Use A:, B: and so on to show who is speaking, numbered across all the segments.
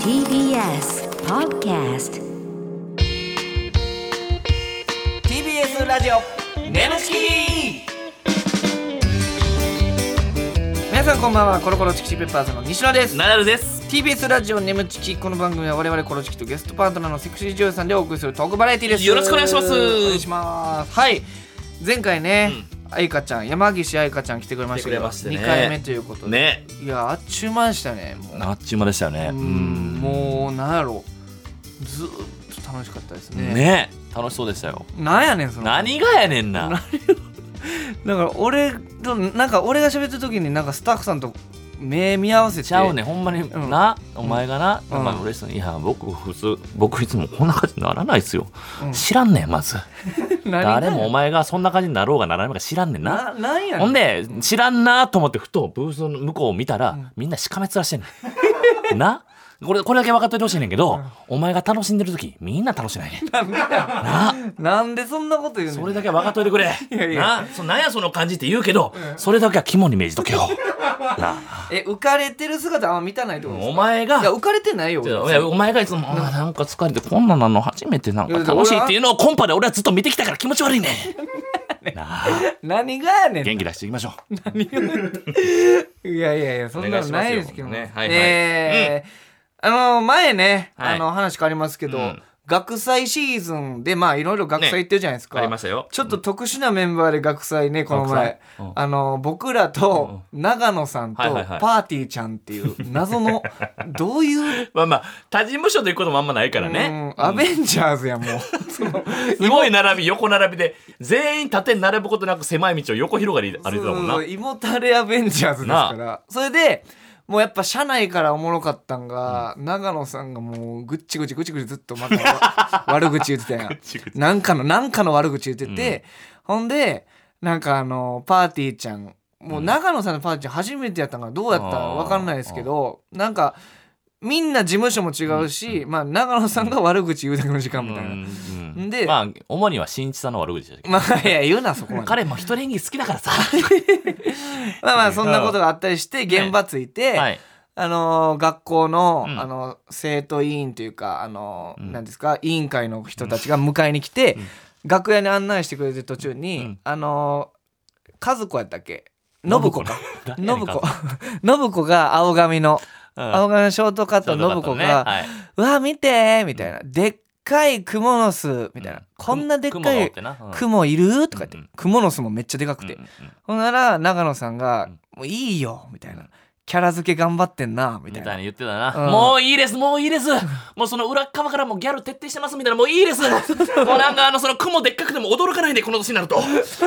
A: TBS Podcast
B: TBS ラジオネムチキ皆さんこんばんはコロコロチキチキペッパーズの西野です
C: ナダルです。
B: TBS ラジオネムチキこの番組は我々コロチキとゲストパートナーのセクシー女優さんでお送りするトークバラエティです
C: よろしくお願いします
B: お願いしますはい前回ね、愛花ちゃん山岸愛花ちゃん来てくれましたけ
C: 来てくれ
B: ど、
C: ましたね
B: 2回目ということで、
C: ね。
B: いやあっちゅう間でしたねもう
C: あっちゅう間でしたよね。う
B: うん
C: ん。
B: もうなんやろずーっと楽しかったですね
C: ね。楽しそうでしたよ。
B: なんやねんその
C: 何がやねんな。
B: だから俺となんか俺が喋ってる時になんかスタッフさんと目見合わせて
C: ちゃうね、ほんまに、
B: うん
C: な、お前がな、
B: うん
C: まあ嬉しそうに、いや、僕、普通、僕いつもこんな感じにならないですよ。
B: うん
C: 知らんねん、まず。
B: 何が
C: 誰もお前がそんな感じになろうがならないのか知らんねん
B: な
C: な。
B: なんやね
C: ほんで、知らんなと思って、ふとブースの向こうを見たら、
B: ん
C: みんなしかめつらしてんねん。 なこれこれだけ分かっといてほしいねんけど、お前が楽しんでる時みんな楽しないねん
B: なんでそんなこと言う
C: そ
B: の
C: れだけは分かっといてくれ。
B: やいや
C: なそなんやその感じって言うけど、それだけは肝に銘じとけよ。な
B: え浮かれてる姿あんま見たないってことです
C: お
B: か
C: 前が
B: いや、浮かれてないよ
C: いやお前がいつも、あーなんか疲れてこんなんなんの初めてなんか楽しいっていうのをコンパで俺はずっと見てきたから気持ち悪いね。 なあ
B: 何がやねん
C: 元気出していきましょ う。
B: いやいやいやそんなのないですけど
C: お願いしますよねはいはい
B: えーあの前ね
C: はい
B: あの話変わりますけど、
C: うん
B: 学祭シーズンでまあいろいろ学祭行ってるじゃないですか、
C: したよ
B: ちょっと特殊なメンバーで学祭ねこの前、
C: 学祭うん
B: あの僕らと長野さんと
C: は
B: パ
C: いはいはい
B: ーティーちゃんっていう謎 のどういう、
C: まあまあ他事務所ということもあんまないからね。
B: うんアベンジャーズやもうその
C: すごい並び横並びで全員縦に並ぶことなく狭い道を横広がり歩いてたもんな
B: そう。胃もたれアベンジャーズですからそれでもうやっぱ社内からおもろかったんが、長野さんがもうぐっちぐちぐちぐちずっとま た悪口言ってたやん
C: ちぐち
B: なんかのなんかの悪口言ってて、ほんでなんかあのパーティーちゃんもう長野さんのパーティーちゃん初めてやったんからどうやったか分かんないですけどなんかみんな事務所も違うし、まあ、長野さんが悪口言うだけの時間みたいな。
C: うんうん
B: で
C: まあ主には新一さんの悪口だけど。
B: まあいや言うなそこまで
C: 彼も一人演技好きだからさ。
B: まあまあそんなことがあったりして現場ついて、
C: はい。
B: あのー学校の,、
C: うん
B: あの生徒委員というか、あのー
C: うん
B: なんですか委員会の人たちが迎えに来て、楽屋に案内してくれてる途中に、
C: うん
B: あのー和子やったっけ信子か
C: 誰やね
B: 信
C: ん
B: 子
C: か
B: 信子 が青髪の、
C: うん
B: 青髪のショートカッ
C: ちょ
B: ト
C: っと
B: の
C: よか
B: 信
C: った
B: 子
C: ね
B: が「
C: はいう
B: わ見て!」みたいな「でっかいクモの巣」みたいな、
C: う
B: こんなでっ
C: 雲
B: か
C: がおっ
B: い
C: てなうん
B: クモいる?」とか言って、
C: うん
B: クモの巣もめっちゃでかくて、
C: うんうん
B: ほんなら長野さんが「
C: うん
B: もういいよ」みたいな
C: うん
B: 「キャラ付け頑張ってんな」み
C: み
B: た
C: た
B: いな
C: いな。言ってたな、
B: うん
C: もういいですもういいですもうその裏っ側からもうギャル徹底してますみたいなもうい いですもうなんかあのその雲でっかくても驚かないでこの年になる と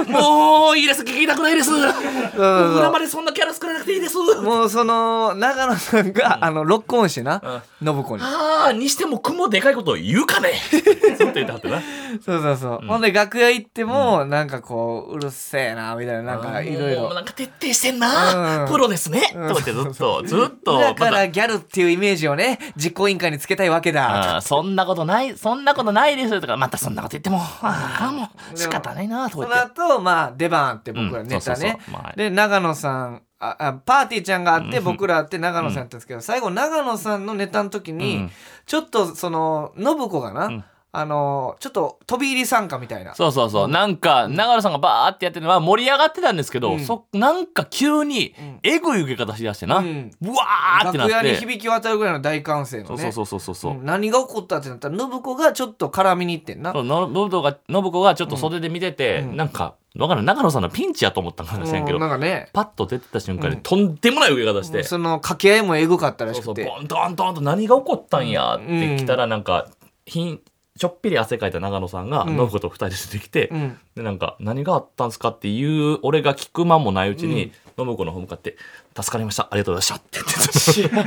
C: もういいです聞きたくないです
B: そう
C: 裏までそんなキャラ作らなくていいです
B: もうその長野さんが、あのロックオンしてな、信子に。
C: ああにしても雲でかいことを言うかねずっと言ってはった な
B: そうそうそう。ほんで楽屋行っても、なんかこううるせえなみたいななんかいろい
C: もう
B: ろ。
C: なんか徹底してんな、
B: うん
C: プロですね、
B: うん
C: とか言ってずっとずっと
B: だか
C: また
B: らギャルっていうイメージをね実行委員会につけたいわけだ。
C: あーそんなことない、そんなことないですとか、またそんなこと言っても、ああ、もう仕方ないな、と
B: そ
C: か
B: の
C: 言って。
B: 後まあ出番あって僕ら
C: うん
B: ネタ
C: そうそう
B: ね
C: そうまあ。
B: で長野さんああパーティーちゃんがあって僕らあって長野さんやったんですけど最後長野さんのネタの時
C: う
B: に
C: ん
B: ちょっとその信子が
C: ん
B: なあのちょっと飛び入り参加みたいな。
C: そうそうそう、なんか、長野さんがバーってやってるのは盛り上がってたんですけど、
B: うん
C: そなんか急に
B: ん、
C: えぐい受け方しだしてな、
B: う
C: うんわーってな
B: 楽
C: っ
B: 屋に
C: て。
B: 響き渡るぐらいの大歓声の
C: そう
B: ね
C: そうそうそうそう。
B: うん何が起こったってなったら信子がちょっと絡みに行ってんな
C: そうの信子が信子がちょっと袖で見てて、
B: うん
C: なんかわからん長野さんのピンチやと思ったんかもしれんけど、
B: うんなんかね
C: パッと出てった瞬間に、
B: うん
C: とんでもない受け方して、
B: その掛け合いもえぐかったら
C: そ
B: し
C: うそ
B: く
C: う
B: て
C: ボンドンドンと何が起こったんやってきたらなんか、ひんちょっぴり汗かいた長野さんが
B: うん
C: 信子と二人で出てきて、
B: うん
C: でなんか何があったんすかっていう俺が聞く間もないうちに、信子の方向かって「助かりましたありがとうございました」って言ってたし
B: そう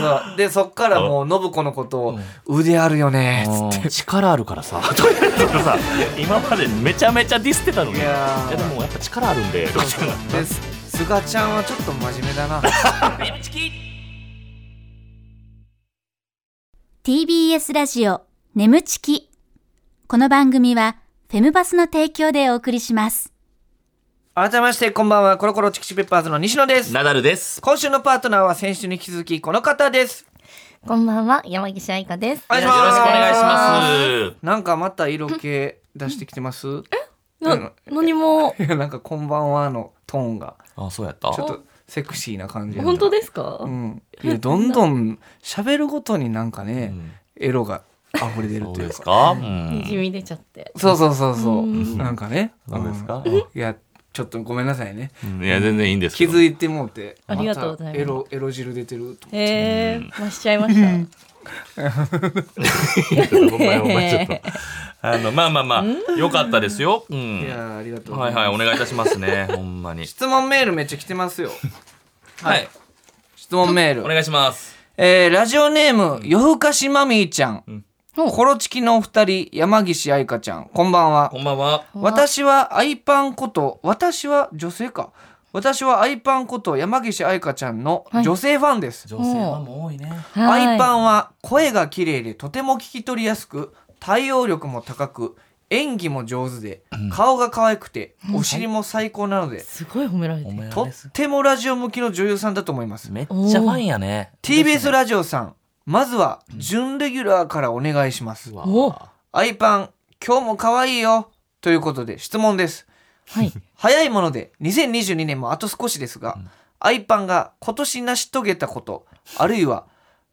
B: そうでそっからもう信子のことを「腕あるよね」つって
C: うん力あるから さとか言ってさ今までめちゃめちゃディスってたのに
B: い
C: い
B: や
C: や
B: ー
C: でもやっぱ力あるんでとか言って
B: ですすがちゃんはちょっと真面目だな
D: TBS ラジオ眠ちきこの番組はフェムバスの提供でお送りします
B: 改めましてこんばんはコロコロチキチキペッパーズの西野です
C: ナダルです。
B: 今週のパートナーは先週に引き続きこの方です
E: こんばんは、山岸愛香です。
B: お願いし
C: よろ
B: ます
C: しくお願いします。
B: なんかまた色気出してきてます
E: な何も、
B: いやなん かこんばんはのトーンが
C: あ、そうやった
B: ちょっとセクシーな感じ
E: 本当
B: で
E: ですか、
B: うんいやどんどん喋るごとになんか
C: う
B: ね、
C: ん
B: エロが溢れ出る
C: そう
B: という
C: で
B: か
C: すか。う
E: にじ
C: ん
E: み出ちゃって。
B: そうそうそうそう、
E: うん
B: なんかね
C: そうですか
B: んいやちょっとごめんなさいね
C: うんいや、全然いいんです
B: 気
C: けど。
B: づいてもうて
E: ありがとうございます
B: たエロエロ汁出てると
E: へえ、増しちゃいました。
C: お前、お前、ちょっと。あの、まあまあまあ、よかったですよ。うん。
B: いやーありがとうござ
C: はいい
B: ます、
C: はい、お願いいたしますね。 ほんまに。
B: 質問メールめっちゃ来てますよ
C: はい、
B: 質問メール、
C: お願いします。
B: えーラジオネーム夜更かしマミーちゃん、コロチキのお二人山岸愛香ちゃんこんばんは
C: こんばんは。
B: 私はアイパンこと私は女性か私はアイパンこと山岸愛香ちゃんの
E: はい
B: 女性ファンです、
C: 女性はもう多いね。
E: はい
B: アイパンは声が綺麗でとても聞き取りやすく対応力も高く演技も上手で顔が可愛くてお尻も最高なので、
E: すごい褒められて
C: お
E: る。
C: 前
B: と
C: はね
B: ってもラジオ向きの女優さんだと思います
C: めっちゃファンやね。
B: TBS ラジオさんまずは準レギュラーからお願いします
C: うわ
E: お
B: アイパン今日も可愛いよということで質問です
E: はい。
B: 早いもので2022年もあと少しですが、アイパンが今年成し遂げたことあるいは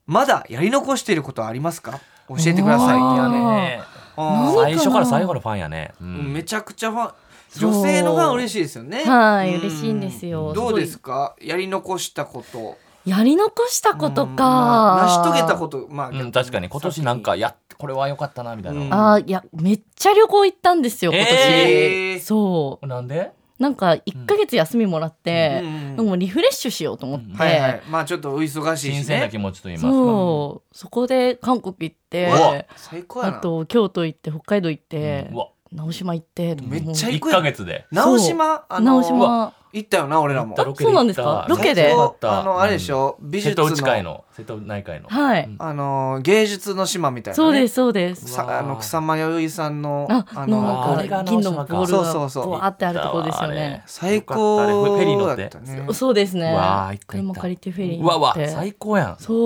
B: まだやり残していることはありますか教えてください
E: おー
B: いや
C: や
B: ね
C: ね。
B: あ
C: 最初から最後のファンやね。う
B: ー
C: ん
B: めちゃくちゃファン
E: そう
B: 女性のファン嬉しいですよね
E: はい、
B: うん
E: 嬉しいんですよ。
B: どうです
E: か
B: かやり残したこと
E: やり残したこと
B: うん
E: か。
B: まあ成し遂げたことまあ、
C: うん、確かに今年なんかやっこれは良かったなみたいな、
B: うん
E: あーいや、めっちゃ旅行行ったんですよ、今年。
B: えー
E: そ
C: なんで、
E: う。なんか、1ヶ月休みもらって、
B: うん
E: でもリフレッシュしようと思って。
B: はいはい、まあちょっとお忙しい
C: 新
B: し
C: 鮮な
B: ね
C: 気持ちと言いますか
E: そう。そこで韓国行
B: う
E: っ
C: う
E: て
C: わ、
B: 最高や
E: あ
B: な
E: と京都行って、北海道行って
C: う、わ
E: 直島行って、
B: めっちゃ
E: も
B: 行
C: 1
B: くや
C: か
B: ん
C: 月で
B: 直島あの
E: 直島
B: 行ったよな俺らも
C: 行ったロケで
E: そうなんですか
C: 行った
E: ロケで
C: めっちゃ良
B: そ
C: かっ
B: う
C: た
B: あのあれでしょ、美術
C: 瀬戸
B: の
C: 内海の瀬戸内海の
E: はい。
C: うん
B: あの芸術の島みたいな、ね、
E: そうですそうです。
B: さあの草間弥生さんの
E: あ、
C: あ
E: もう
C: れが
E: 銀
C: 直
E: の
C: 島か
E: ボール
B: そう
E: が
B: そうそう
E: こうあってあるところですよね。
B: 最高
C: よ
B: だ
C: かったあれフェリー乗って
B: ったね
E: そうですね。
C: うわー行った行った
E: 車借りてフェリー
C: うわう
E: 乗っ
C: わ
E: て。
C: 最高やん
E: そう。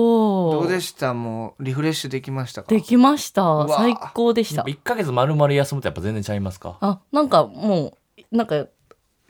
B: どうでしたもうリフレッシュできましたか
E: できました。
B: わ
E: 最高でし
C: やったぱ。1か月丸々休むとやっぱ全然ちゃいますか
E: あ、なんかもうなんか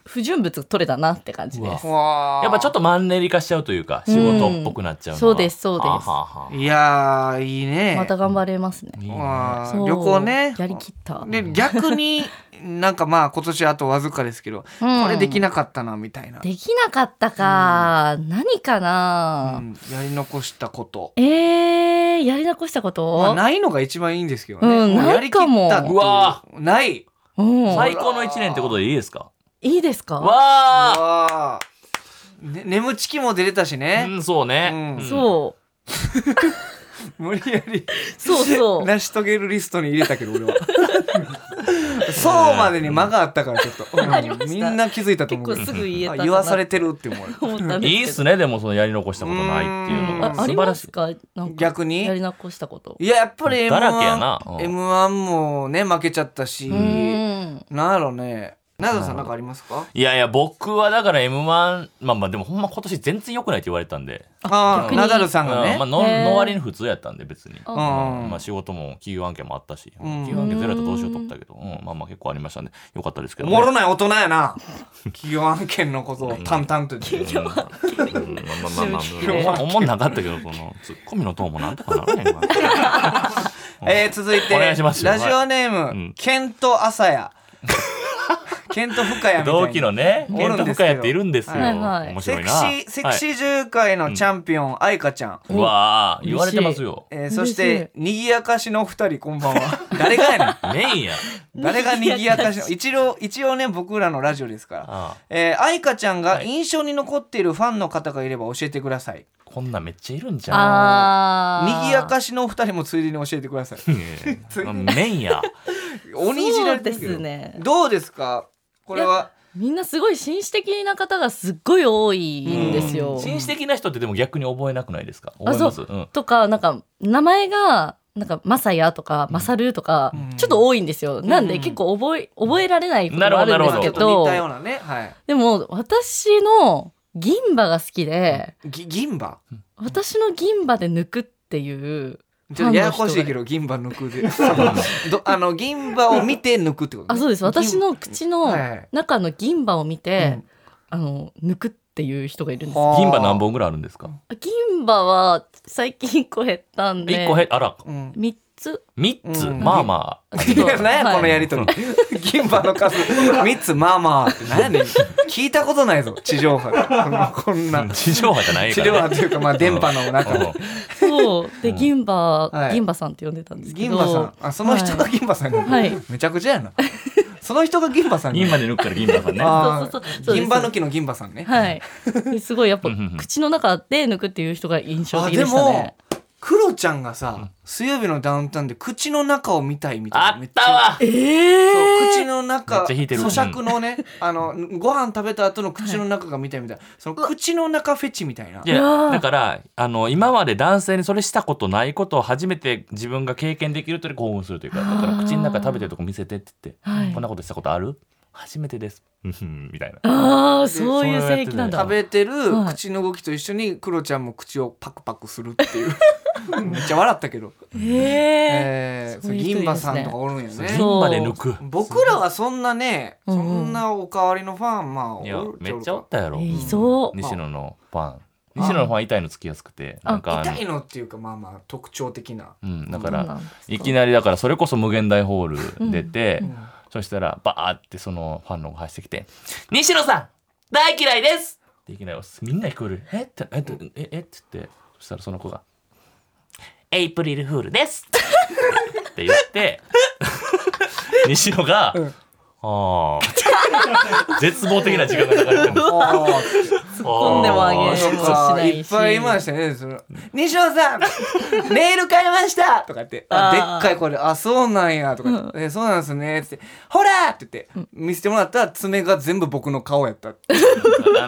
E: 不純物取れたなって感じです。
B: わあ
C: やっぱちょっとマンネリ化しちゃうというか仕事っぽくなっちゃうのは
E: そうですそうです
C: あははい
B: やーいいね
E: また頑張れますね。
C: いいね
B: わあ
E: そう
B: 旅行ね
E: やりきった。
B: で逆になんかまあ今年あとわずかですけど、
E: うん
B: これできなかったなみたいな、
E: できなかったか、何か
B: う
E: な。
B: ん、やり残したこと、
E: えー、やり残したこと。
B: まあ、ないのが一番いいんですけどね、
E: うん
B: もやりきったって
E: な
B: い
E: んか
C: もううわ
B: ない
E: うん。
C: 最高の1年ってことでいいですか
E: いいですか。
C: わあ
B: わあ、ね、眠ちきも出れたし
C: う
B: ね、
C: んそうね
B: うん
E: そう。
B: 無理やり
E: そ うそう
B: 成し遂げるリストに入れたけど俺 はそうまでに間があったからちょっと、うん
E: ありました
B: みんな気づいたと思
E: 結
B: う
E: 構すぐ言えたか
B: あ
E: な
B: 言わされてるって思う
E: 思ったんですけど。
C: いいっすねでもそのやり残したことないっていうの
E: あ
C: が
E: あ
C: 素
E: り
C: 晴ら
E: ま
C: し
E: す
C: い
E: かなんか
B: 逆に
E: やり残したこと。
B: いややっぱり m
C: だらけやな
B: 1 m 1もね負けちゃったし、
E: うーん。
B: なんやろね長田さんなんかありますか
C: いやいや僕はだから m 1まあまあでもほんま今年全然良くないって言われたんで、
B: あ
E: 逆
B: あ
E: に
B: ナダルさ
C: うんん
B: がね、
C: まあの
E: へー
C: の割に普通やったんで別に、
E: あ
B: うん
C: まあ、仕事も企業案件もあったし、
B: うん
C: 企業案件ゼロやったらどうしようと思ったけど、うんまあまあ結構ありましたんで良かったですけ
B: お
C: ど、
B: もろない大人やな企業案件のことを淡々と言って
C: うんまあまあまあ ま
E: 企業
C: あ、まあ、おもんなかったけどこのツッコミのトーンもなんとかならへんわ
B: えー、続いて
C: お願いしますよ
B: ラジオネーム、
C: ん
B: ケント・アサヤ ケント・フカヤみたいな
C: 同期のね
B: お
C: ケ
B: る
C: ン
B: んですけど
C: ト深谷っているんですよ、
E: はいはい
C: 面
B: セ
C: 白い
B: ク
C: な
B: シーセクシ
C: はい
B: ー獣界のチャンピオン、愛花ちゃん、
C: うわあ言われてますよ
B: えーそしてにぎやかしのお二人こんばんは誰がやね
C: メインや
B: ん誰がにぎやかしの一応一応ね僕らのラジオですから
C: ああ
B: えー、愛花ちゃんが印象に残っているファンの方がいれば教えてください、
C: こんなんめっちゃいるんじゃん
E: あー
B: にぎやかしのお二人もついでに教えてください
C: まあメイン や。
B: 鬼いじられてる
E: そ
B: け
E: う
B: ど
E: ですね。
B: どうですかこれは
E: みんなすごい紳士的な方がすっごい多いんですよ。
C: 紳士的な人ってでも逆に覚えなくないですか。
E: あ
C: 覚え
E: そ
C: ます。
E: う、
C: うん。
E: とかなんか名前がなんか、マサヤとか、マサルとか、ちょっと多いんですよ。なんで、結構覚え、覚えられないこともあるんです
B: まあちょ
E: け
B: っと
E: ど
B: 似、たようなね、はい、
E: でも、私の銀歯が好きで、
B: ぎ銀歯
E: 私の銀歯で抜くっていう、
B: ちょっとややこしいけど銀歯抜く でどあの銀歯を見て抜くってこと、
E: あ、そうです。私の口の
B: はい
E: 中の銀歯を見て、
B: うん
E: あの、抜くっていう人がいるんです
B: は
E: よ。
B: あ
C: 銀歯何本ぐらいあるんですか
E: 銀歯は最近1個減ったんで、
C: 一個へあら
B: うん
E: 3つ。
C: 三つ、
B: うん
C: まあまあ
E: ち
B: い
E: ょっ
B: や
E: と
B: 何やこの
E: はい
B: やり とり、銀歯の数3つまあまあって何やねん聞いたことないぞ地上波でこのこんな
C: 地上波じゃない
B: 地
C: か
B: 上
C: ら、
B: 波
C: ね、
B: というかまあ電波の中で
E: そう。で、銀歯、
B: はい
E: 銀歯さんって呼んでたんですけ
B: 銀
E: ど。
B: 歯さんあその人が銀歯さんが、
E: はい
B: めちゃくちゃやなその人が銀歯さん
C: 銀
B: が
C: 歯で抜くから銀歯さんね
B: あ
E: そうそうそうそ
B: ー
E: うです
B: 銀歯抜きの銀歯さんね、
E: はい。ですごいやっぱ
C: うんうんうん
E: 口の中で抜くっていう人が印象
B: あ
E: 的
B: で
E: でした
B: も
E: ね。
B: クロちゃんがさ「水曜日のダウンタウン」で口の中を見たいみたいな
C: あ
B: め
C: っ
B: ちゃ
C: たわ
E: ええ
B: そう口の中
C: めっちゃ引いてる
B: 咀嚼のね、あのご飯食べた後の口の中が見たいみたいな、その口の中フェチみたいない
C: やだからあの今まで男性にそれしたことないことを初めて自分が経験できるという興奮するというかだから口の中食べてるとこ見せてって言って、
E: はい
C: こんなことしたことある初めてです うんうんみたいな
E: ああ、そういう性癖なんだ。
B: 食べてる
E: はい
B: 口の動きと一緒にクロちゃんも口をパクパクするっていうめっちゃ笑ったけど、
E: ええ
B: えー
E: そういう人
B: 銀歯さんとかおるんよね
C: 銀歯で抜く
B: 僕らはそんなね
E: うん
B: そ
E: うん
B: んなおかわりのファンまあお
C: いや
B: る
C: めっちゃおったやろ、
E: いそう。
C: 西野のファン西野のファン痛いのつきやすくて
E: あ
C: なんかあの
B: 痛いのっていうかまあまあ特徴的な、
C: うん、だか
E: そうな
C: ら
E: んですか
C: いきなりだからそれこそ無限大ホール出て、
B: うん
C: そしたらバーってそのファンの方が走ってきて「西野さん大嫌いです!」っていきなりみんな聞こえる「えっ?」て「えっ?」てええっつってそしたらその子が「エイプリルフールです!」って言って 西野が「ああ」絶望的な時間が流れてる
B: あー
E: 込んでもあげる
B: そっかいっぱいいましたね。その西野さん、ネイル買いましたとかって、あ
E: あー
B: でっかいこれ、あ、そうなんやとかって、えそうなんですねって、ほらって言って、見せてもらったら爪が全部僕の顔やった。
C: あ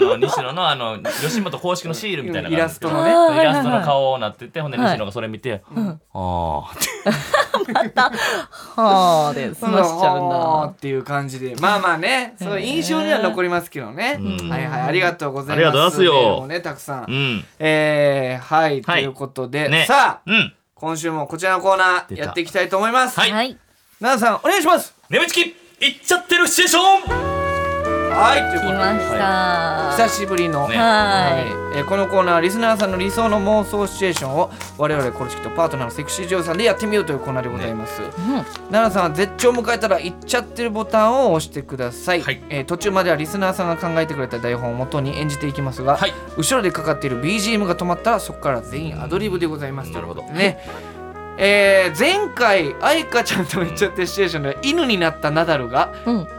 C: の西野のあの吉本公式のシールみたいなのがあるんですけど
B: イラストのね
E: あー
C: イラストの顔になっててほんで
E: はい
C: 西野がそれ見て「ああ」って
E: はあで済ましちゃうん
B: ほー
E: だ
B: っ。ていう感じで、まあまあね、そういう印象には残りますけどね。
C: うん
B: はいはい、ありがとうございます。
C: ありがとうございますよ
B: メールもね、たくさ。
C: うんん
B: えー、はい、と
C: はい
B: いうことで、
C: ね
B: さあ、
C: うん
B: 今週もこちらのコーナー
C: 出た
B: やっていきたいと思います。
C: は
E: はいい。
B: ナナさん、お願いします
C: 眠ちきいっちゃってるシチュエーション
B: はい、というこ
E: 来
B: とで。
E: ました。
B: 久しぶりの、
C: ね
E: は
B: えーこのコーナーはリスナーさんの理想の妄想シチュエーションを我々コルチキとパートナーのセクシー女優さんでやってみようというコーナーでございます、
E: い。うん
B: 奈良さんは絶頂を迎えたら「行っちゃってる」ボタンを押してください、
C: はい
B: えー途中まではリスナーさんが考えてくれた台本をもとに演じていきますが、
C: はい
B: 後ろでかかっている BGM が止まったらそこから全員アドリブでございます
C: うんなるほど
B: ね、 えー前回愛花ちゃんと行っちゃってるシチュエーションでは犬になったナダルが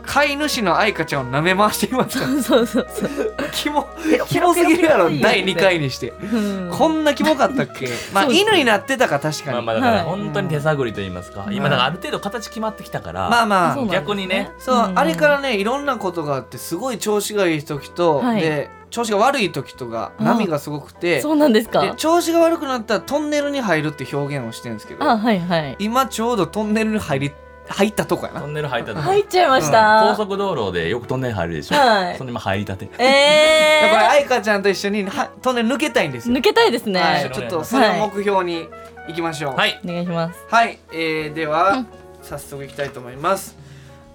B: 飼い主の愛花ちゃんを舐め回していました
E: うん。 そうそうそう。
B: キモキモすぎるやろ第2回にして
E: うん
B: こんなキモかったっけまあ
E: そうです
B: 犬になってたか確か
C: まあ
B: にま
C: まあだから
E: はい
C: 本当に手探りと言いますか今だからある程度形決まってきたから
B: あま
E: そ
B: あ
E: うなんです
C: 逆にね
B: そう
E: うん
B: あれからねいろんなことがあってすごい調子がいい時と
E: はい
B: で調子が悪い時とか
E: うん
B: 波がすごくて
E: そうなんです
B: で
E: か。
B: 調子が悪くなったらトンネルに入るって表現をしてるんですけど
E: あはいはい。
B: 今ちょうどトンネルに入り入ったとこや
C: ト
B: な
C: ンネル入ったと
E: 入っちゃいまし
C: 高
E: た。
C: 速道路でよくトンネル入るでしょ
E: はい
C: その今入りたて
E: え
B: だから
E: え
B: 愛花ちゃんと一緒にはトンネル抜けたいんですよ
E: 抜けたいですね。
B: はいちょっとそれを目標に行きましょう
C: はい
E: お願いします。
B: はい、えー、では、早速いきたいと思います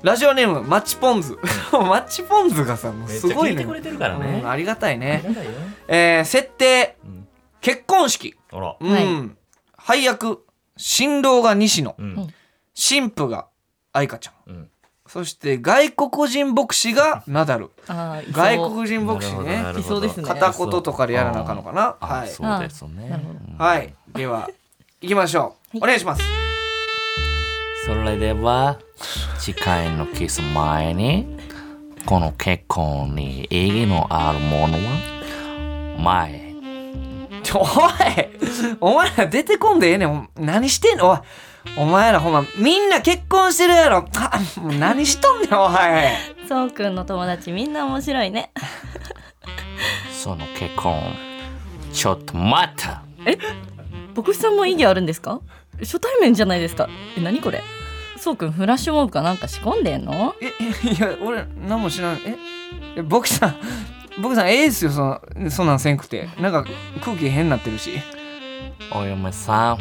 B: ラジオネームマッチポンズ マッチポンズがさもう
C: めっ
B: す
C: ちゃ
B: ご
C: 聞
B: い
C: い
B: ね
C: てくれてるから
B: う
C: ね
B: んありがたいね、
C: ありがたいよ
B: えー、設定
C: うん
B: 結婚式
C: あら
B: うん、配役新郎が西野
C: うん
B: 新婦が愛花ちゃん
C: うん
B: そして外国人牧師がナダル
E: あー
B: 外。
E: いそう
B: 国人牧師
C: なるほどな
B: ね
C: るほど
E: いそうですね
B: 片言とかでやらなあかんのかな
C: あ
B: はい
C: そうですね
E: なるほど
C: うん
B: はいでは行きましょう、お願いします
C: それでは次回のキス前にこの結婚に意義のあるものは前へ
B: ちょおいお前ら出てこんでええねんお何してんのおいお前らほんまみんな結婚してるやろあもう何しとんねん おい
E: そうくんの友達みんな面白いね。
C: その結婚ちょっと待った
E: 牧師さんも意義あるんですか？初対面じゃないですかえ何これそうくんフラッシュモブかなんか仕込んでんの
B: ええいや俺何も知らんええ僕さん僕さんええっすよそのそんなんせんくてなんか空気変になってるし
C: おいお前さん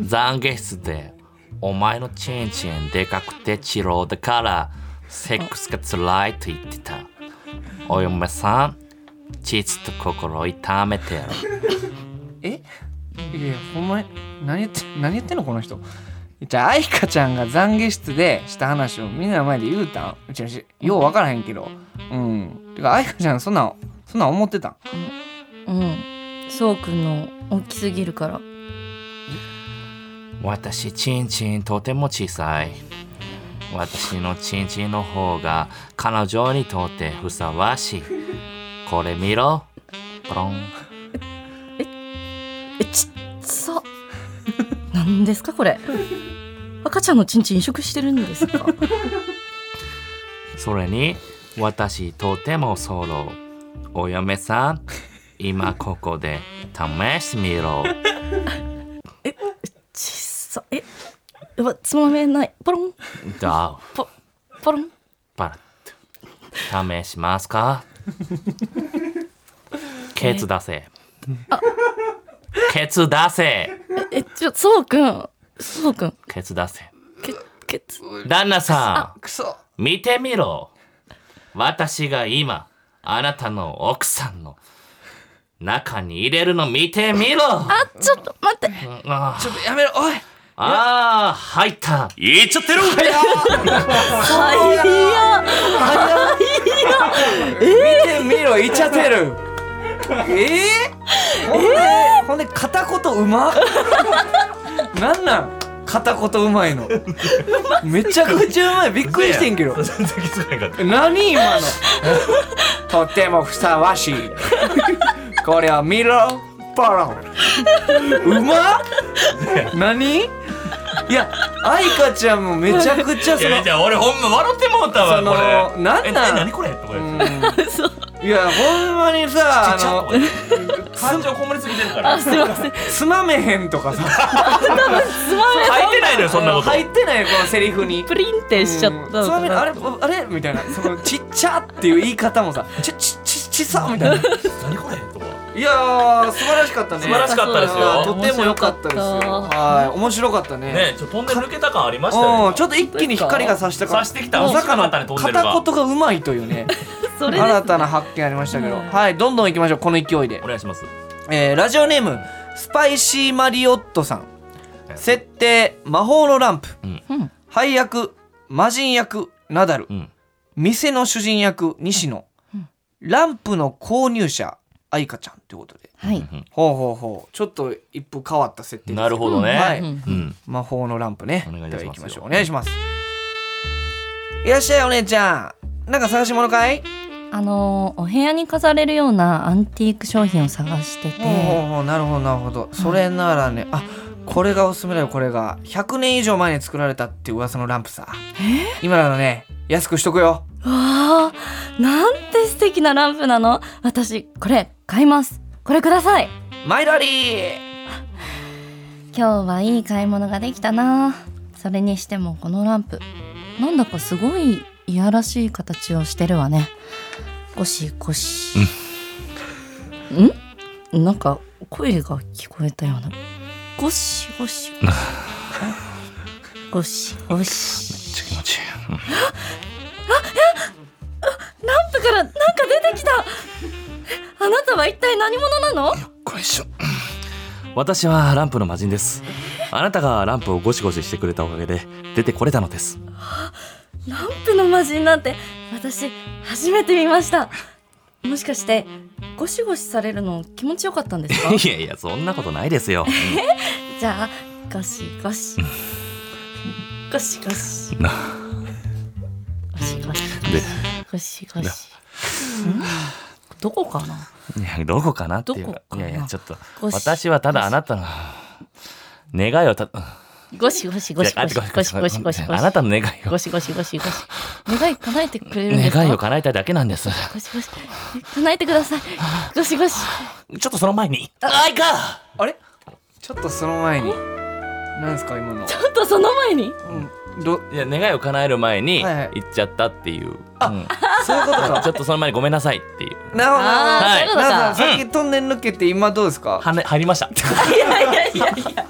C: 懺悔室でお前のチンチンでかくてチローだからセックスが辛いと言ってたおいお前さん実と心痛めてやろ
B: えいやほんまに何言って何言ってんのこの人じゃあ愛花ちゃんが懺悔室でした話をみんなの前で言うたんうちのしよう分からへんけどうんてか愛花ちゃんそんなんそんなん思ってたん
E: うんそうくんの大きすぎるから
C: 私チンチンとても小さい私のチンチンの方が彼女にとってふさわしいこれ見ろポロン
E: えちっさ何ですかこれ赤ちゃんのちんちん移植してるんですか
C: それに私とてもソロお嫁さん今ここで試してみろ
E: ちっさえうわつまめないポロン
C: だ
E: ポポロン
C: バラッと試しますかケツ出せケツ出せ
E: えちょそうくんそうくん
C: ケツ出せ
E: けけつ
C: 旦那さ
B: くそ
C: ん見てみろ私が今あなたの奥さんの中に入れるの見てみろあ
E: あちょっと待って
C: あ
B: ちょっとやめろおい
C: ああ、入った。言っちゃってる。
E: はいや
B: 見てみろイチャてるえー、ほんで、ほんで片言うまなんなん片言うまいのめちゃくちゃうまいびっくりしてんけど
C: 全然気づかなかっ
B: 何今のとてもふさわしいこれを見ろポロンうま何いや愛花ちゃんもめちゃくちゃ
C: た。い
B: その
C: や、じゃあ俺ほんま笑ってもうた
B: そ
C: わ、
B: の
C: これ。
B: なんなん
C: え、何これとか言って。
B: いやほんまにさ
C: ち
B: あ
C: ょ
B: の
C: 俺感情こもりすぎてるから。
E: すいません
B: つまめへんとかさ
E: つまめ
C: 入ってないのよ、そんなこと。
B: 入ってないよこのセリフに
E: プリンってしちゃった
B: うん
E: の
B: つま
E: か
B: め
E: な
B: あれあれみたいなそのちっちゃっていう言い方 もさちちちちさみたいな
C: 何これとか。
B: いやー素晴らしかったね
C: 素晴らしかったです
B: あーと
C: よ。
B: ても良かったですよ
E: 面白かった
B: はい面白かったね
C: ね、ちょっとトンネル抜けた感ありましたよ
B: う
C: ね。
B: んちょっと一気に光が差したから
C: 差してきた
B: まさかの
C: 面白かったねトンネルが
B: 片言がうまいというね
E: それです
B: 新たな発見ありましたけど
E: はい
B: はいどんどんいきましょうこの勢いで
C: お願いします。
B: えーラジオネームスパイシーマリオットさん設定魔法のランプ、
C: うん
E: うん
B: 配役魔人役ナダル、
C: うん。
B: 店の主人役西野、ランプの購入者愛花ちゃんということで
E: はい
B: ほうほうほうちょっと一風変わった設定です
C: なるほどね。
B: はい
C: うん。
B: 魔法のランプね
C: お願いいたしま
B: では行き
C: す
B: ましょうお願いしますいらっしゃいお姉ちゃんなんか探し物かい
E: あのーお部屋に飾れるようなアンティーク商品を探して
B: ほうほ
E: て
B: うほうなるほどなるほどそれならねあこれがおすすめだよこれが100年以上前に作られたって噂のランプさ今ならね安くしとくよ
E: わあなんて素敵なランプなの私これ買いますこれください
B: マイラリー
E: 今日はいい買い物ができたなそれにしてもこのランプなんだかすごいいやらしい形をしてるわねゴシゴシんなんか声が聞こえたようなゴシゴシゴシゴシ
C: 気持ちいい。
E: ランプからなんか出てきたえあなたは一体何者なの
C: こいしょ私はランプの魔人ですあなたがランプをゴシゴシしてくれたおかげで出てこれたのです
E: ランプの魔人なんて私初めて見ましたもしかしてゴシゴシされるの気持ちよかったんです か
C: いやいやそんなことない ですよ
E: じゃあゴシゴシゴシゴシ
C: な
E: ゴシゴシ
C: で
E: ゴシゴシんどこかない
C: やどこかなっていう
E: どこかない
C: やいやちょっと
E: ゴシ
C: 私はただあなたの願いをた
E: ゴシゴシゴシゴシゴシゴシゴシ
C: あなたの願いを
E: ゴシゴシゴシゴシ願い叶えてくれるんですか
C: 願いを叶えたいだけなんです
E: ゴシゴシ叶えてくださいゴシゴシ
C: ちょっとその前にあいか
B: あれちょっとその前になんですか今の
E: ちょっとその前に
B: うんど
C: いや願いを叶える前に
B: はいはい
C: 行っちゃったっていう、うん
B: そういうことか
C: ちょっとその前にごめんなさいっていう
B: なるほど
E: あ
C: ー
B: なるほど
E: そういうことか
B: なんかさっきトンネル抜けて今どうですか
C: はね入りま した
E: いやいやいやいや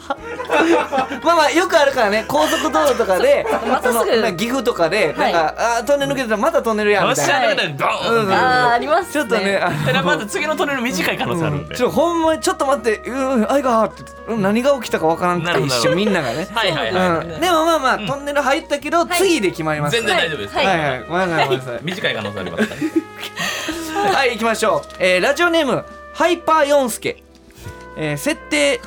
B: まあまあよくあるからね高速道路とか で
E: またすぐ
B: そのなんか岐阜とかでな
E: は
B: ん
E: い
B: かあートンネル抜けてたらまたトンネルや
C: お
B: み
C: った
B: い
C: しゃ
B: な
C: れなのにドーンっていう
B: うん
E: あーあります
B: ちょっとねあ
C: ただまず次のトンネル短い可能性あるんで、
B: ちょほんまにちょっと待って「うんあいが」ってうん何が起きたかわからんく
C: なる
B: て
C: ほ
B: 一
C: ど
B: 瞬みんながね
C: はいは
B: う
C: い
B: ん
C: は
B: でもまあまあトンネル入ったけど次で決まり
C: い、
B: ます
C: 全
B: から
C: 然大丈夫です、
E: はい
B: はいはいごめんなさいごめんなさい
C: 短い可能性ありますから
B: はい行きましょう、えーラジオネームハイパーヨンスケ、えー設定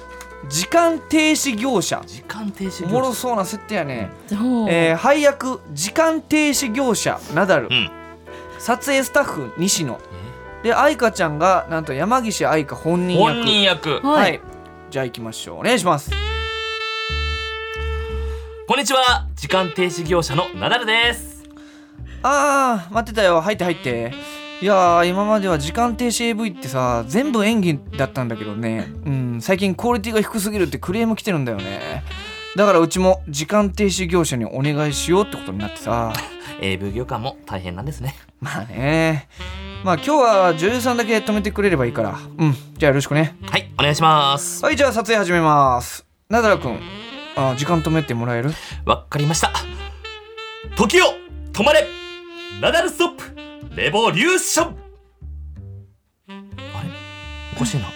B: 時間停止業者
C: 時間停止
B: おもろそうな設定やね、
E: どう
B: えー配役時間停止業者ナダル、
C: ん
B: 撮影スタッフ西野で愛花ちゃんがなんと山岸愛花本人役
C: 本人役
E: は
B: はいじゃあ行きましょうお願いします
C: こんにちは時間停止業者のナダルです
B: あー待ってたよ入って入っていやー今までは時間停止 AV ってさ全部演技だったんだけどねうん最近クオリティが低すぎるってクレーム来てるんだよねだからうちも時間停止業者にお願いしようってことになってさ
C: AV 業界も大変なんですね
B: まあねまあ今日は女優さんだけ止めてくれればいいからうんじゃあよろしくね
C: はいお願いします
B: はいじゃあ撮影始めますナダラくんあ時間止めてもらえる
C: わかりました時を止まれナダルストップレボリューションあれおかしいな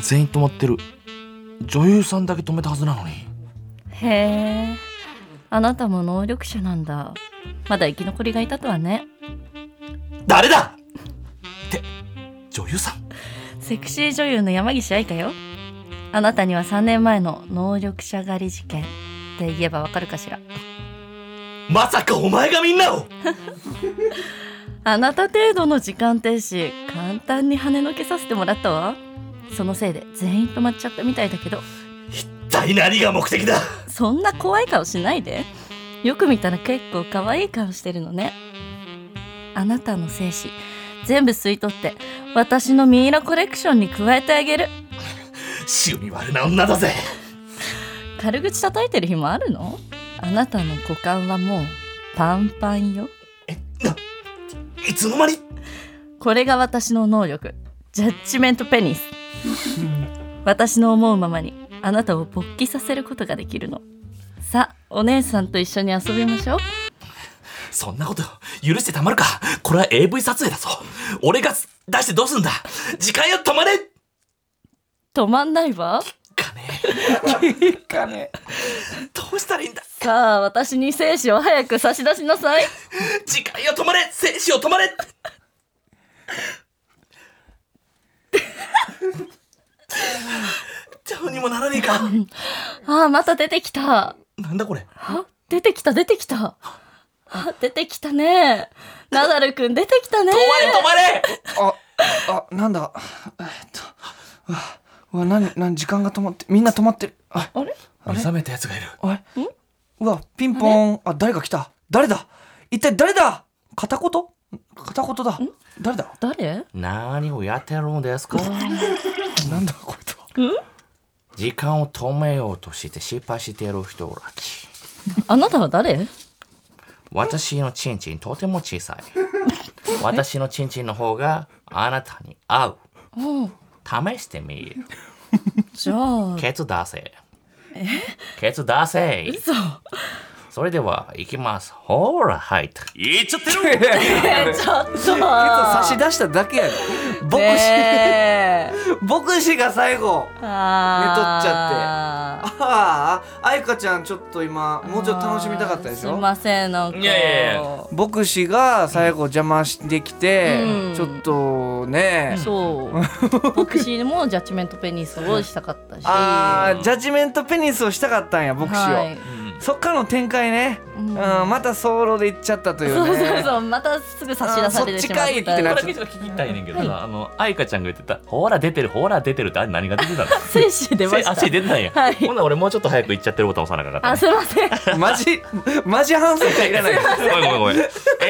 C: 全員止まってる女優さんだけ止めたはずなのに
E: へえあなたも能力者なんだまだ生き残りがいたとはね
C: 誰だって女優さん
E: セクシー女優の山岸愛香よあなたには3年前の能力者狩り事件って言えばわかるかしら
C: まさかお前がみんなを
E: あなた程度の時間停止簡単に跳ねのけさせてもらったわそのせいで全員止まっちゃったみたいだけど
C: 一体何が目的だ
E: そんな怖い顔しないでよく見たら結構可愛い顔してるのねあなたの精子全部吸い取って私のミイラコレクションに加えてあげる
C: 死に悪な女だぜ
E: 軽口叩いてる日もあるのあなたの股間はもうパンパンよ
C: いつの間に
E: これが私の能力ジャッジメントペニス私の思うままにあなたを勃起させることができるのさあお姉さんと一緒に遊びましょう
C: そんなこと許してたまるかこれは AV 撮影だぞ俺が出してどうすんだ時間よ止まれ
E: 止まんないわ
C: かね
B: かね
C: えどうしたらいいんだ
E: さあ私に精子を早く差し出しなさい
C: 時間よ止まれ精子を止まれどうにもならねえか
E: ああまた出てきた
C: なんだこれ
E: あ出てきた出てきたあ出てきたねナダルくん出てきたね
C: 止まれ止まれ
B: ああなんだえっとうわうわ何何時間が止まってみんな止まってるあ
E: あれ
C: 目覚めたやつがいる
B: あれうわピンポーンあ誰か来た誰だ一体誰だ片言片言だ誰だ
E: 誰
C: 何をやってるん ですか
B: なんだこいつは
C: 時間を止めようとして失敗している人らき
E: あなたは誰
C: 私のチンチンとても小さ い私のチンチンの方があなたに合う
E: うん
C: 試してみる
E: じゃあ
C: ケツ出せケツ出せ
E: 嘘
C: それでは行きますほら入ったいっちゃって る
E: えちょっと結構
B: 差し出しただけやで牧師
E: ねえ
B: 牧師が最後
E: あー
B: ああ愛花ちゃんちょっと今もうちょっと楽しみたかったでし
E: すい
B: ょ
E: ませんなんか
C: いやいやいや
B: 牧師が最後邪魔してきて、
E: うん
B: ちょっとね、
E: そう牧師もジャッジメントペニスをしたかったし
B: あージャッジメントペニスをしたかったんや牧師を、
E: はい
B: そっからの展開ね、
E: う
B: うんんまたソロで行っちゃったという
E: そう
B: ね
E: そうそうまたすぐ差し出されてしまった
B: あーそっちかいって なっ
C: これけちょっと聞きたいねんけどさ、あの愛花ちゃんが言ってたほら出てるほら出てるってあれ何が出てたの
E: 精子出ました
C: 足出てたんや、
E: はい
C: ほんなら俺もうちょっと早く行っちゃってるボタン押さなきゃよか
E: あ
C: った、
E: すいません
B: マジマジ反省会い らない
C: ごめんごめんご めんえー、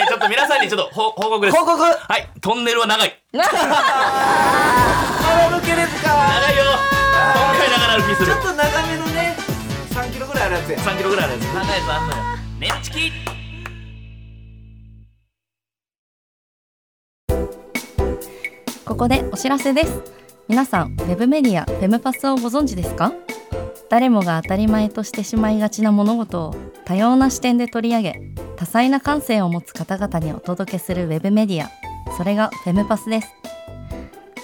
C: ちょっと皆さんにちょっと報報告です
B: 報告
C: はいトンネルは長い
B: カラオケですか
C: 長いよ今回長々歩きす
B: ち
C: る
B: ょっと長めのね撮せ
C: 3キロぐらいあるやつ高いやつあんのよネムチキ
E: ここでお知らせです皆さんウェブメディアフェムパスをご存知ですか誰もが当たり前としてしまいがちな物事を多様な視点で取り上げ多彩な感性を持つ方々にお届けするウェブメディアそれがフェムパスです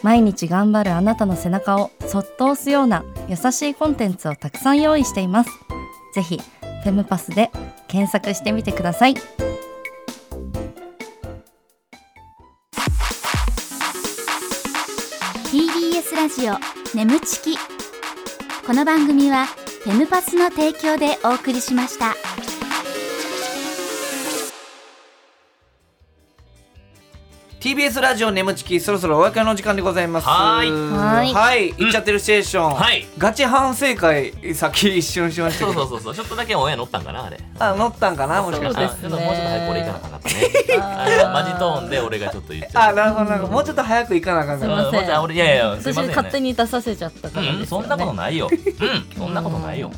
E: 毎日頑張るあなたの背中をそっと押すような優しいコンテンツをたくさん用意していますぜひフェムパスで検索してみてください
D: ー TBS ラジオ眠ちきこの番組はフェムパスの提供でお送りしました
B: ー TBS ラジオ眠ちきそろそろお別れの時間でございます
C: はーい
E: はい
B: はい行っちゃってるステーション、
C: はい
B: ガチ反省会先一瞬しました
C: そ
B: け
C: うそ
B: ど
C: うそうそうちょっとだけオンエア乗ったんかなあれ
B: あ乗ったんかなもしかし
E: そ
B: たら
E: で
C: あ
E: すね
C: ちょっともうちょっと早くこれいかなあかんかったね あのマジトーンで俺がちょっと言っちゃ
B: あ
C: っ
B: なるほどなんかもうちょっと早く行かなあかんか
E: すい
B: ら
E: ま
C: た
E: せん
C: もうちょっと俺いやいやすい
E: 私
C: ませんね
E: 勝手に出させちゃったから
C: うん
E: です
C: そ
E: よね
C: んなこと ないようんそんなことないよ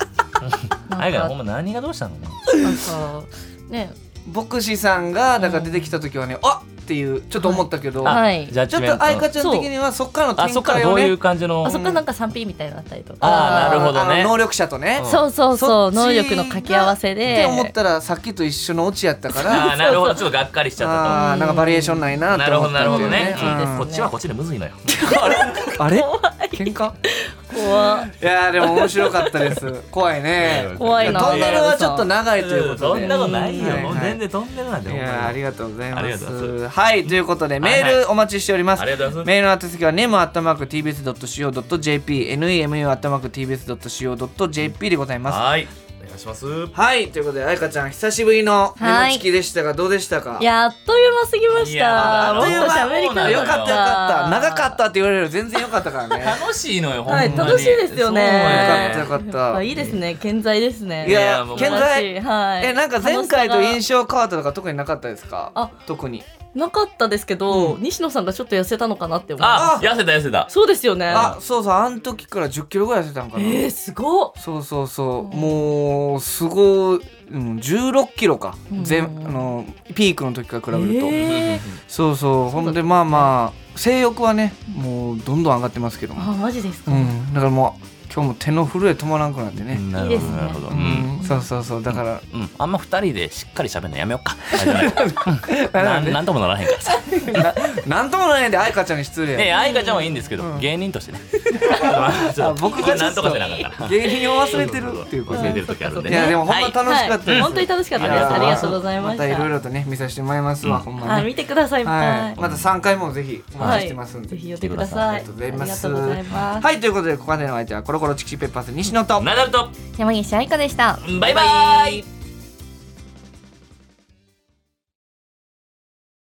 C: あやがほんま何がどうしたの
E: なんかね
B: 牧師さんがだから出てきた時はね、あっていうちょっと思ったけど、
E: はい
C: ジャッ
B: ちょ
C: ジ
B: っ
C: メン
B: と
C: ト
B: 愛花ちゃん的にはそっからの
C: あ
B: 展
C: そっから
B: 開
C: ど
B: を
C: ういう
B: ね
C: 感じの
E: あそこなんか 3P みたいになったりとか
C: あーなるほどね
B: あの能力者とね、
C: うん
E: そうそうそ
B: そっ
E: う能
B: ち
E: 力の掛け合わせ
B: って
E: で
B: 思ったらさっきと一緒のオチやったか
C: あ
B: ら
C: ーなるほどちょっとがっかりしちゃ
B: あ
C: っ
B: ーなんかバリエーションないな
C: たと
B: っ
C: な
B: て
C: るほ
B: 思ったんだ
C: どなるほど
B: よ
C: ね
B: ね
E: そうですね
C: うんこっちはこっちでむずいのよ
B: うんあれ喧嘩
E: 怖っ
B: いやーでも面白かったです怖いね
E: 怖いな
B: トンネル はちょっと長いということ
C: そ
B: で
C: んなことないよ
B: はい
C: もう全然飛んでるなんて
B: い
C: ほんまに
B: やーありがとうござい
C: あり
B: ま
C: が
B: す
C: とうござい
B: はいということでメ
C: はいは
B: ールお待ちしております、
C: ありがとうございます
B: メールの宛先は nemu.tbs.co.jp nemu.tbs.co.jp でございます
C: はいお願いします
B: はいということであいかちゃん久しぶりの「
E: は
B: 眠
E: い
B: ちき」でしたがどうでしたか
E: やっという間すぎま
C: い
E: し
C: や
E: た
C: ー
E: もっと喋り
C: あっという
B: よ
C: 間
E: 方
B: かったよかった長かったたって言われるより全然よかったから ねよ
C: 楽しいのよほんま
E: は
C: に
E: い楽しいです
C: そう
E: よね
B: か
C: なんや
B: ったよかっ
E: やっぱ
B: た
E: いいですね健在ですね
B: い
C: い
B: や
C: やもう
B: 健
E: 素晴
B: 在
E: らしいはい
B: えなんか前回と
E: 楽しさが
B: 印象変わったとか特になかったですか
E: あ
B: 特に
E: なかったですけど、西野さんがちょっと痩せたのかなって思う
C: あ痩せた痩せた
E: そうですよね
B: あそうそうあの時から1 0キロぐらい痩せたんかな
E: えー、すごっ
B: そうそうそうもうすごい、うん、16キロか、
E: うん
B: 全あのピークの時から比べると、
E: えー、
B: そうそうほんでまあまあ性欲はねもうどんどん上がってますけども、
E: あマジです
B: う
E: か、
B: ん、だからもう今日も手の震え止まらんくなってね、
C: ない
E: い
C: るほ
E: です
C: ど
E: ね
C: なるほどう
B: うんんそうそうそうだから、
C: うんあんま二人でしっかり喋るのや めようかななんともならへんからさ
B: ななんともないんで愛花ちゃんに失礼や
C: ねえ愛花ちゃんはいいんですけど、
B: うん
C: 芸人としてね
B: あ僕がちょっと
C: なんとかせなあかんから
B: 芸人を忘れてるっていうこと
C: 忘れて
B: で
C: る時あるんで
B: いやでもほんま楽しかったです、
E: はい本当に楽しかったです
C: ありがとう
E: ございました
B: またいろいろとね見させてもらいますわ、
C: うん
B: ほんま
E: あ
B: に、ね
E: 見てください、
B: は、
E: はい
B: また3回もぜひお
E: は
B: 待ちしてますんで、
E: ぜひ寄ってください。
B: ありがとうございます
E: ありがとうございます
B: はいということでここまでのお相手はコロコロチキチキペッパーズ西野と
C: ナダルと
E: 山岸愛香でした。
C: バイバイ